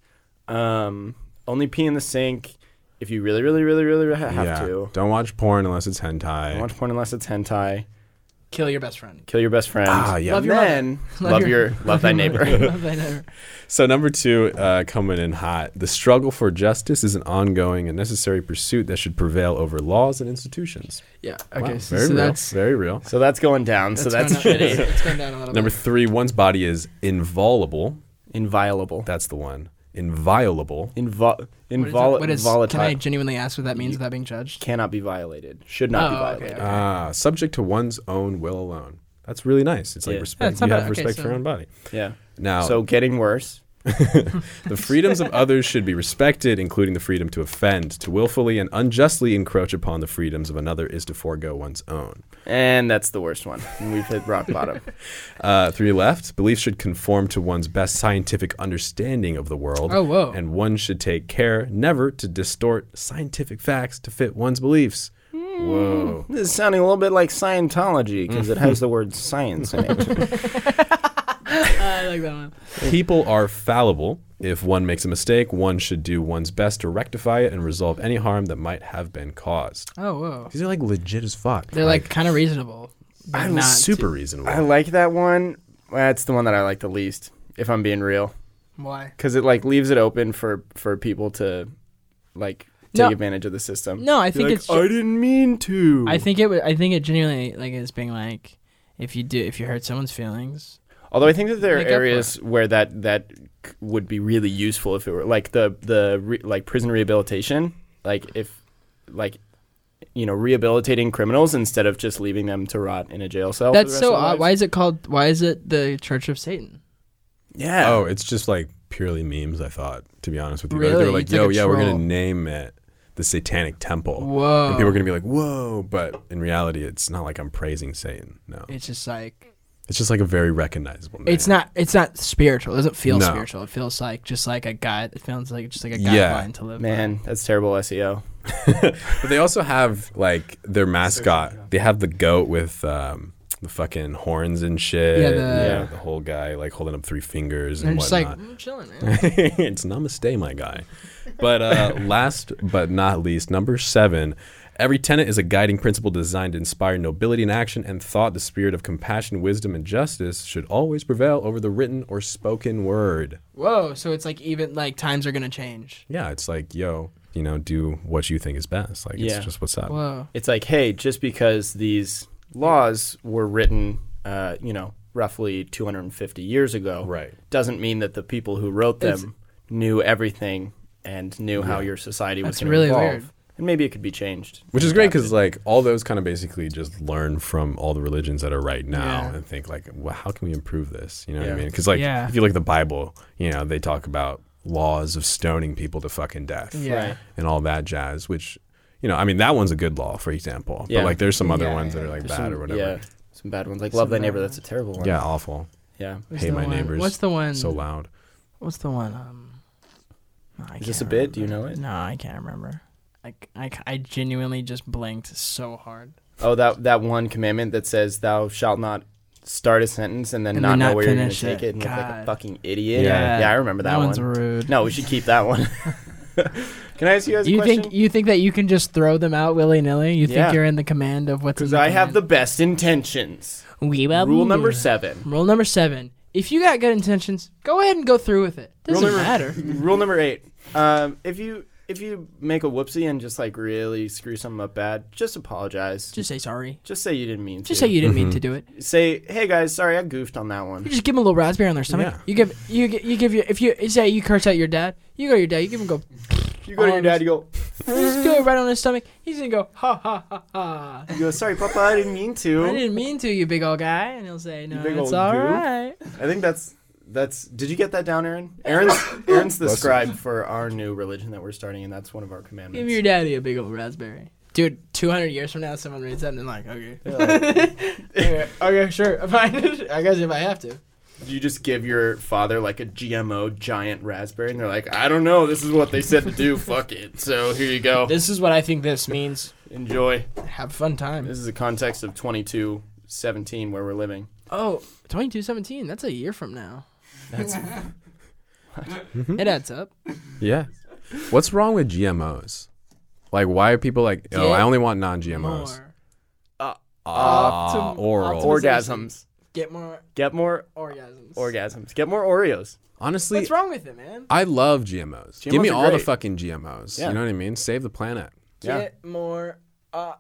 Um, only pee in the sink if you really, really, really, really ha- have
yeah.
to.
Don't watch porn unless it's hentai.
Don't watch porn unless it's hentai.
Kill your best friend.
Kill your best friend.
Ah, yeah.
Love your
then
mother.
love, your, love thy neighbor.
Love thy neighbor.
So number two, uh, coming in hot. The struggle for justice is an ongoing and necessary pursuit that should prevail over laws and institutions.
Yeah.
Wow,
Okay. so
very
so
real.
that's
very real.
so that's going down. so that's
going down-
shitty.
It's going down a little
Number
bit.
three, one's body is inviolable.
Inviolable.
That's the one. Inviolable.
Invol.
What is
Invol.
that- what is-
volatile.
Can I genuinely ask what that means without being judged?
Cannot be violated. Should not be
Oh, okay,
violated.
okay.
Ah, subject to one's own will alone. That's really nice. It's like
Yeah.
Yeah,
respect.
it's not
you
bad.
have
Okay,
respect for
so-
your own body.
Yeah.
Now,
So getting worse.
the freedoms of others should be respected, including the freedom to offend. To willfully and unjustly encroach upon the freedoms of another is to forego one's own.
And that's the worst one. And We've hit rock bottom.
Uh, three left. Beliefs should conform to one's best scientific understanding of the world.
Oh, whoa.
And one should take care never to distort scientific facts to fit one's beliefs.
Hmm.
Whoa.
this is sounding a little bit like Scientology because it has the word science in it.
I like that one.
People are fallible. If one makes a mistake, one should do one's best to rectify it and resolve any harm that might have been caused.
Oh, whoa.
These are like legit as fuck.
They're like, kind of reasonable. but
I'm
not
super
too-
reasonable.
I like that one. That's the one that I like the least, if I'm being real,
Why?
because it like leaves it open for for people to like take
No.
advantage of the system.
No, I
Be
think
like,
it's.
I didn't mean to.
I think it. would- I think it genuinely like is being like, if you do, if you hurt someone's feelings,
Although I think that there are
Make up for
areas where that that c- would be really useful if it were like the the re, like prison rehabilitation, like if like you know rehabilitating criminals instead of just leaving them to rot in a jail cell. for the
that's
rest
so
of
odd.
their lives.
Why is it called? Why is it the Church of Satan?
Yeah.
oh, it's just like purely memes, I thought, to be honest with you. Like,
Really?
They were
You
like,
took
yo,
a
yeah, we're going
troll.
to name it the Satanic Temple.
Whoa!
Oh, And people are going to be like, whoa. But in reality, it's not like I'm praising Satan. No.
it's just like
It's just like a very recognizable name.
it's not. It's not spiritual. It doesn't feel
No.
spiritual. It feels like just like a guide. It feels like just like a guideline
Yeah.
to live. by.
man, that's terrible E SEO.
But they also have like their mascot. They have the goat with um, the fucking horns and shit.
Yeah, the-
yeah, the whole guy like holding up three fingers
They're
and
just like
whatnot.
"Mm, chilling, man.
it's namaste, my guy. But uh, last but not least, number seven. Every tenet is a guiding principle designed to inspire nobility in action and thought. The spirit of compassion, wisdom, and justice should always prevail over the written or spoken word.
Whoa! So it's like even like times are gonna change.
Yeah, it's like, yo, you know, do what you think is best. Like,
Yeah.
it's just what's up.
Whoa!
It's like, hey, just because these laws were written, uh, you know, roughly 250 years ago,
Right.
doesn't mean that the people who wrote them knew everything and knew how your society was
That's
going to
really
evolve.
weird.
And maybe it could be changed.
Which is great because like all those kind of basically just learn from all the religions that are right now
Yeah.
and think like, well, how can we improve this? You know what
Yeah.
I mean? Because like
Yeah.
if you look at the Bible, you know they talk about laws of stoning people to fucking death
Yeah. Right.
and all that jazz. Which you know, I mean, that one's a good law for example.
Yeah.
But like there's some other
Yeah,
ones that
yeah.
are like
There's
bad
some-
or whatever.
Yeah,
Yeah,
some bad ones. Like love thy
bad
neighbor. That's a terrible one.
awful.
yeah.
What's
Hey,
the
my
one-
neighbors.
What's the one?
So loud.
What's the one? Um, no, I
Is this a
can't
bit? Do you
remember.
know it?
No, I can't remember. I, I, I genuinely just blinked so hard.
Oh, that that one commandment that says thou shalt not start a sentence and then
And
not,
then
know
not
where you're going to
finish it.
take it and look like a
God.
fucking idiot.
Yeah.
I remember that,
one's
one.
rude.
No, we should keep that one. Can I ask you guys a
you
question?
think you think that you can just throw them out willy nilly? You
Yeah.
think you're in the command of what's? in
Because
the
I have the
e- command?
best intentions.
We will
Rule number
move.
seven.
rule number seven. If you got good intentions, go ahead and go through with it. Doesn't
Rule number-
matter.
Rule number eight. Um, if you if you make a whoopsie and just like really screw something up bad, just apologize. Just,
Just say sorry.
say you didn't mean
Just
to.
say you didn't mean to do it.
Say, hey guys, sorry I goofed on that
You
one.
just give them a little raspberry on their stomach.
Yeah.
You give you gi- you give your if you say you curse at your dad, you go to your dad. You give him go.
You go to your
Um,
dad, you go,
just do it right on his stomach. He's gonna go ha ha ha ha.
you go, sorry Papa, I didn't mean to.
I didn't mean to, you big old guy. And he'll say, no,
big
it's
old
all
goof."
right.
I think that's that's. Did you get that down, Aaron? Aaron's Aaron's the scribe for our new religion that we're starting, and that's one of our
Give
commandments.
your daddy a big old raspberry. Dude, 200 years from now, someone reads that and they're like, okay. okay, okay, sure. Fine. I guess if I have to.
you just give your father like a GMO giant raspberry, and they're like, I don't know, this is what they said to do. Fuck it. So here you go.
This is what I think this means.
Enjoy.
Have a fun time.
This is the context of twenty two seventeen where we're living.
Oh, 2217. That's a year from now. That's. it adds up.
Yeah. What's wrong with GMOs? Like, why are people like, oh,
Get
I only want non-GMOs?
More.
Ah,
Optim-
oral.
optim-
Orgasms.
Get more
Get more
orgasms.
orgasms. Get more Oreos.
Honestly,
What's wrong with it, man?
I love GMOs.
GMOs
Give me
are
all the
great.
fucking GMOs.
Yeah.
You know what I mean? Save the planet.
Yeah.
Get more uh,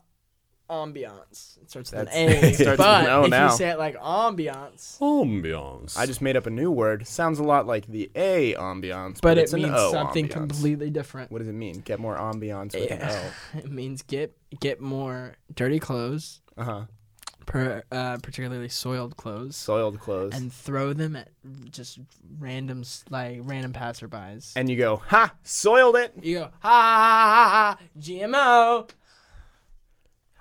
ambiance. It starts with an
That's-
A.
it starts with
but
an O
if
now.
you say it like ambiance,
Ambiance.
I just made up a new word. Sounds a lot like the A ambiance, but,
but
it's
it means
an o
something
ambiance.
completely different.
What does it mean? Get more ambiance with Oh,
Yeah. It means get get more dirty clothes,
an O. Uh huh.
per, uh, particularly soiled clothes,
Soiled clothes.
and throw them at just random s- like random passerbys.
and you go, ha, soiled it.
you go ha ha ha ha ha GMO.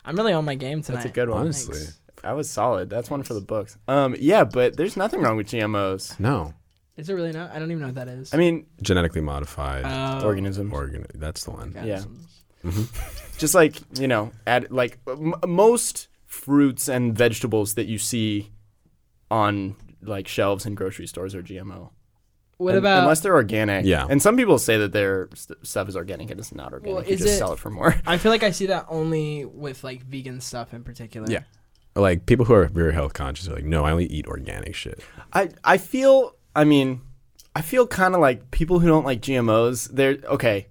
I'm really on my game tonight.
That's a good one.
Honestly.
Thanks.
That was solid. That's one for the books. Um, yeah, but there's nothing wrong with GMOs.
No.
Is it really not? I don't even know what that is.
I mean,
Genetically modified
Oh,
organisms.
organ. That's the one.
organisms.
Just like you know, add like m- most fruits and vegetables that you see on like shelves in grocery stores are GMO.
What
Un-
about
unless they're organic?
Yeah.
And some people say that their st- stuff is organic and it's not organic.
Well,
you
is
just
it-
sell it for more.
I feel like I see that only with like vegan stuff in particular.
Yeah. Like, people who are very health conscious are like, no, I only eat organic shit.
I I feel I mean I feel kind of like people who don't like GMOs. They're okay.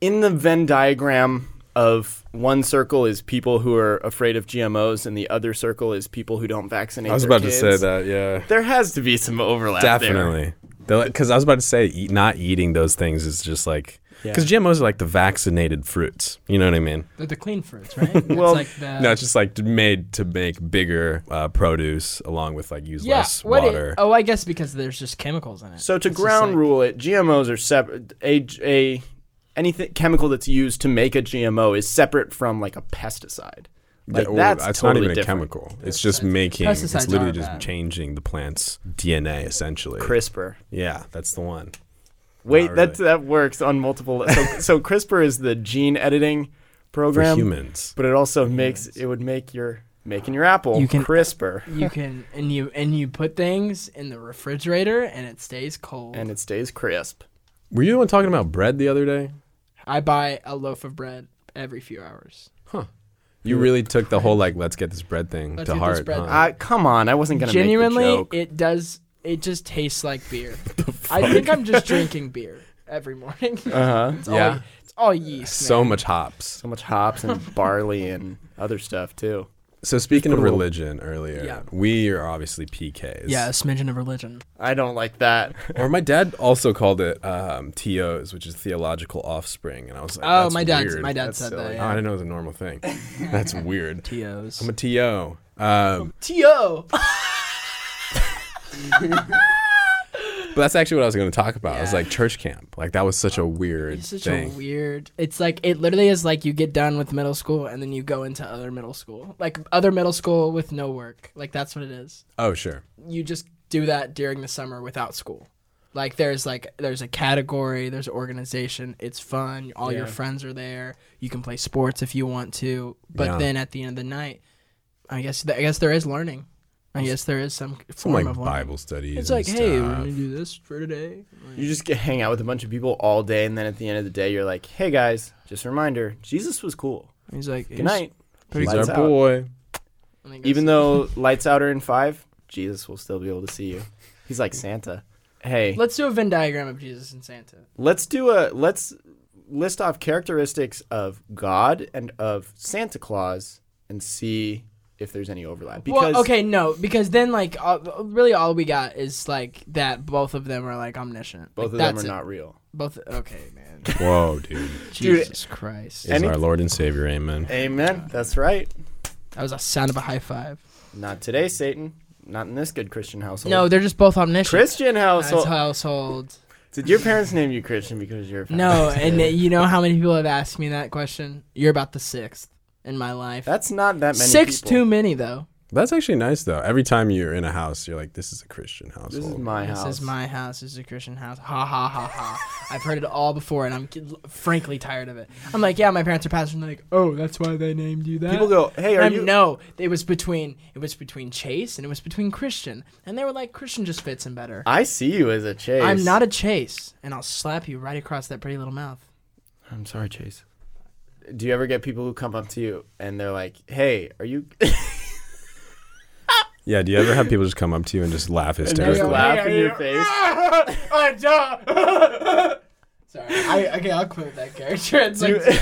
In the Venn diagram of one circle is people who are afraid of GMOs, and the other circle is people who don't vaccinate.
I was
their
about to say
kids.
that, yeah.
There has to be some overlap. there.
Definitely. Because I was about to say, eat, not eating those things is just like. Because GMOs are like the vaccinated fruits. You know what I mean?
They're the clean fruits, right?
Well,
it's like the,
no, it's just like made to make bigger uh, produce along with like use
yeah.
less
What? it-
water.
oh, I guess because there's just chemicals in it.
So to
It's just
ground
like-
rule it, GMOs are separate. A, a anything chemical that's used to make a GMO is separate from like a pesticide. Like
That- or
that's
it's
totally
not even
different.
a chemical. It's just making. It's
Pesticides
literally
are
just
bad.
changing the plant's DNA essentially.
CRISPR.
Yeah, that's the one.
Wait,
Not
that that works on multiple. So, so CRISPR is the gene editing
For
program,
humans.
but it also makes it would make your making your apple
You can-
crisper,
You can and you and you put things in the refrigerator and it stays cold.
and it stays crisp.
Were you the one talking about bread the other day?
I buy a loaf of bread every few hours.
You really took the whole like let's get this bread thing
Let's
to
get this
heart.
bread
huh?
Uh, come on, I wasn't gonna
Oh. Genuinely,
make the joke.
it does. It just tastes like beer. I think I'm just drinking beer every morning.
Uh huh.
It's
Yeah.
all, it's all yeast.
so
man.
much hops.
So much hops and barley and other stuff too.
So speaking of
Cool.
religion earlier,
Yeah.
we are obviously PKs.
Yeah, a smidgen of religion.
I don't like that.
Or my dad also called it um, TOs, which is theological offspring, and I was like,
Oh,
That's
my dad.
weird.
My dad
That's
said
silly.
that.
Oh, I
Yeah.
didn't know it was a normal thing. That's weird.
Tos.
I'm a TO. Um,
To.
but that's actually what I was going to talk about. It was like church camp. Like that was such a weird
It's such
thing.
a weird. It's like it literally is like you get done with middle school and then you go into other middle school, like other middle school with no work. Like that's what it is.
oh, sure.
You just do that during the summer without school. Like there's like there's a category, there's organization. It's fun. All your
Yeah.
friends are there. You can play sports if you want to. But
Yeah.
then at the end of the night, I guess th- I guess there is learning. I guess there is some form
Some like
of learning.
Bible studies.
It's
and
like, hey, we're
stuff.
gonna do this for today. Like,
You just get hang out with a bunch of people all day, and then at the end of the day, you're like, "Hey guys, just a reminder, Jesus was cool.
he's like,
Good night."
he's
Lights
our
out.
boy.
And he goes-
Even though lights out are in five, Jesus will still be able to see you. He's like Santa. Hey,
Let's do a Venn diagram of Jesus and Santa.
let's do a let's list off characteristics of God and of Santa Claus and see if there's any overlap. Because
well, okay, no, because then like all, really all we got is like that both of them are like omniscient.
both of
Like,
them are
that's it.
not real.
Both okay, man.
Whoa, dude.
Jesus Christ.
Is
Any-
our Lord and Savior. Amen.
Amen. That's right.
That was a sound of a high five.
Not today, Satan. Not in this good Christian household.
No, they're just both omniscient.
Christian
That's
household.
household.
Did your parents name you Christian because you're a
No,
pastor?
and you know how many people have asked me that question? You're about the sixth in my life.
that's not that many.
Six
people.
too many though.
That's actually nice though. Every time you're in a house, you're like, this is a Christian household.
This is my
This
house.
is my house. This is a Christian house. Ha ha ha ha. I've heard it all before, and I'm ki- frankly tired of it. I'm like, yeah, my parents are pastors. And they're like, oh, that's why they named you that.
People go, "Hey, are
I'm,
you?"
No, it was between it was between Chase and it was between Christian, and they were like, Christian just fits in better.
I see you as a Chase.
I'm not a Chase, and I'll slap you right across that pretty little mouth.
I'm sorry, Chase. Do you ever get people who come up to you and they're like, "Hey, are you?"
Yeah. Do you ever have people just come up to you and just laugh hysterically?
Just laugh in your face.
Sorry. I, okay, I'll quit that character. It's
Do
like
you,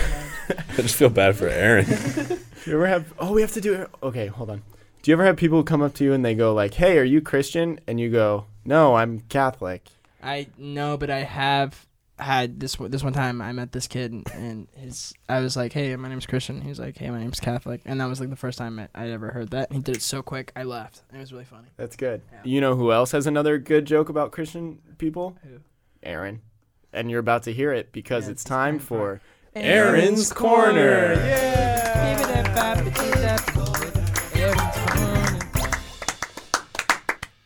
I just feel bad for Aaron.
do you ever have? Oh, we have to do it. Okay, hold on. Do you ever have people who come up to you and they go like, "Hey, are you Christian?" And you go, "No, I'm Catholic."
I no, but I have had this one- this one time I met this kid and, and his I was like, hey, my name's Christian. He was like, hey, my name's Catholic, and that was like the first time I, I'd ever heard that. He did it so quick, I laughed. It was really funny.
That's good.
Yeah.
You know who else has another good joke about Christian people?
Who?
Aaron. And you're about to hear it because
Yeah,
it's
it's time
time for
for-
Aaron's Corner.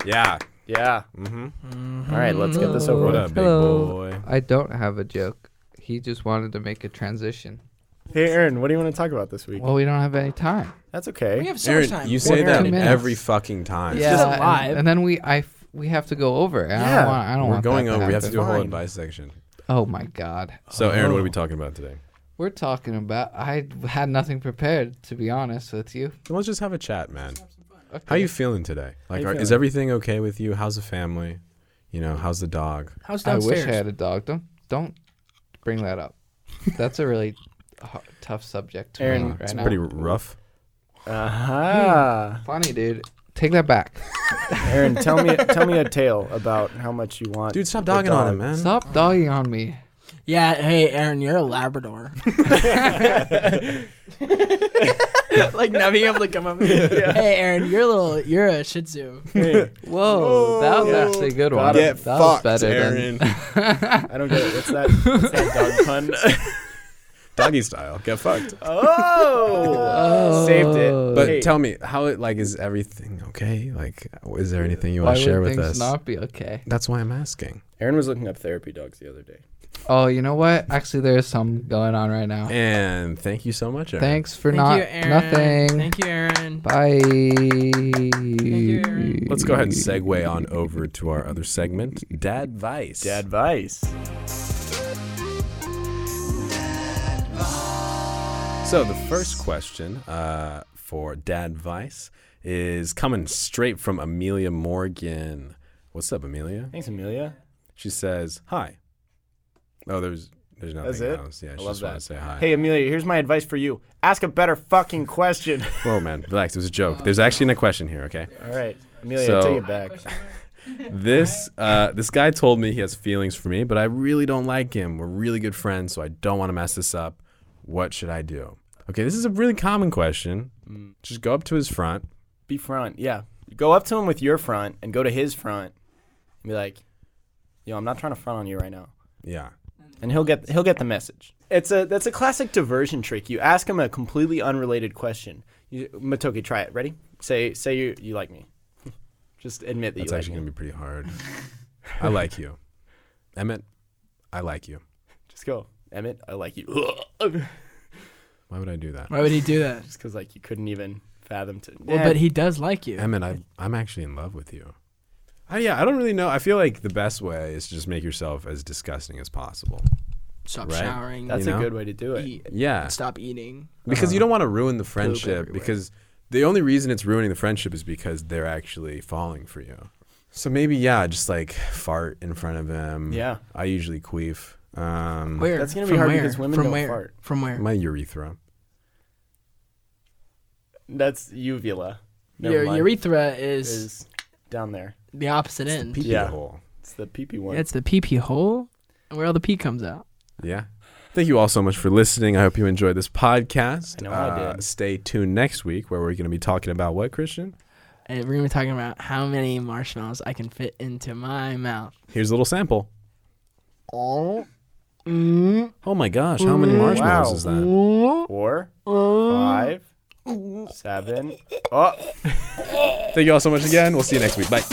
Yeah.
yeah.
Mm-hmm.
All right, let's get this over
What
with.
up, big
Hello.
boy?
I don't have a joke. He just wanted to make a transition.
Hey, Aaron, what do you want to talk about this week?
Well, we don't have any time.
That's okay.
We have so
Aaron,
much time.
you say
Two
that
minutes.
every fucking time.
just
and-
live.
And, then we I f- we have to go over. it. I
Yeah.
don't want. I don't
We're
want
going
that
over. We have to do a whole
Fine.
advice section.
happen. Oh my god.
So, Aaron, what are we
Oh.
talking about today?
We're talking about. I had nothing prepared to be honest with you.
Then let's just have a chat, man.
Okay.
How you feeling today? Like,
you
are, is
feeling?
everything okay with you? How's the family? You know, how's the dog?
How's
I wish
downstairs?
I had a dog. Don't don't bring that up. That's a really ho- tough subject to
Aaron,
bring up
Uh,
right
it's
now.
pretty rough.
Uh-huh.
funny, dude. Take that back.
Hmm.
Aaron, tell me tell me a tale about how much you want.
Dude, stop
a
dogging on
dog.
him, man.
Stop dogging on me.
yeah, hey Aaron, you're a Labrador. like not being able to come up. Hey Aaron, you're a little, you're a Shih Tzu.
Hey,
Whoa, that was
Yeah.
actually a good one.
Got
that
it.
was better than
I don't get it. What's that, what's that dog pun?
Doggy style. Get fucked.
oh, Saved it.
But
Uh, Hey,
tell me, how it like is everything okay? Like, is there anything you
Why
want
would
to share with
things
us?
not be okay?
That's why I'm asking.
Aaron was looking up therapy dogs the other day.
Oh, you know what? Actually, there is some going on right now.
And thank you so much, Aaron.
Thanks for
Thank
not
you, Aaron.
nothing.
Thank you, Aaron.
Bye.
you, Aaron.
Let's go ahead and segue on over to our other segment, Dad Vice.
Dad Vice.
So the first question uh, for Dad Vice is coming straight from Amelia Morgan. What's up, Amelia?
Thanks, Amelia.
She says hi. Oh, there's there's nothing
That's it?
else. Yeah,
I
she
love
just wanted
that.
to say hi.
Hey, Amelia, here's my advice for you. Ask a better fucking question.
Whoa, man, relax. It was a joke. There's actually no question here. Okay.
All right, Amelia,
So-
I take it back.
This uh, this guy told me he has feelings for me, but I really don't like him. We're really good friends, so I don't want to mess this up. What should I do? Okay, this is a really common question.
Mm.
Just go up to his front.
Be front, yeah. Go up to him with your front and go to his front and be like, "Yo, I'm not trying to front on you right now."
Yeah.
and he'll get he'll get the message. It's a that's a classic diversion trick. You ask him a completely unrelated question. You, Matoki, try it. Ready? Say say you you like me. Just admit that
That's
you like
actually
me.
gonna be pretty hard. I like you, Emmett. I like you.
Just go, Emmett. I like you. Just
Why would I do that,
Why would he do that?
because like you couldn't even fathom to.
Well, but he does like you.
Emmett? I, I'm actually in love with you. I, yeah, I don't really know. I feel like the best way is to just make yourself as disgusting as possible.
Stop
Right.
showering.
that's
you know?
a good way to do it.
eat.
Yeah,
Stop eating.
because you don't want to ruin the friendship.
everywhere.
Because the only reason it's ruining the friendship is because they're actually falling for you. So maybe yeah, just like fart in front of him.
Yeah.
I usually queef. Um,
Where?
That's gonna be
From
hard
where?
because women
From
don't
where?
fart.
From where?
my urethra.
That's uvula. Never
Your
mind.
urethra is,
is down there.
the opposite end.
Pee
Yeah.
hole.
It's the pee pee one.
It's the pee pee hole, and where all the pee comes out.
Yeah. Thank you all so much for listening. I hope you enjoyed this podcast. Uh,
I know I did.
Stay tuned next week where we're going to be talking about what, Christian?
And we're gonna be talking about how many marshmallows I can fit into my mouth.
Here's a little sample.
Oh. Mm.
Oh my gosh, how many marshmallows
Wow.
is that?
Oh.
Four, five, seven. Oh.
Thank you all so much again. We'll see you next week. Bye.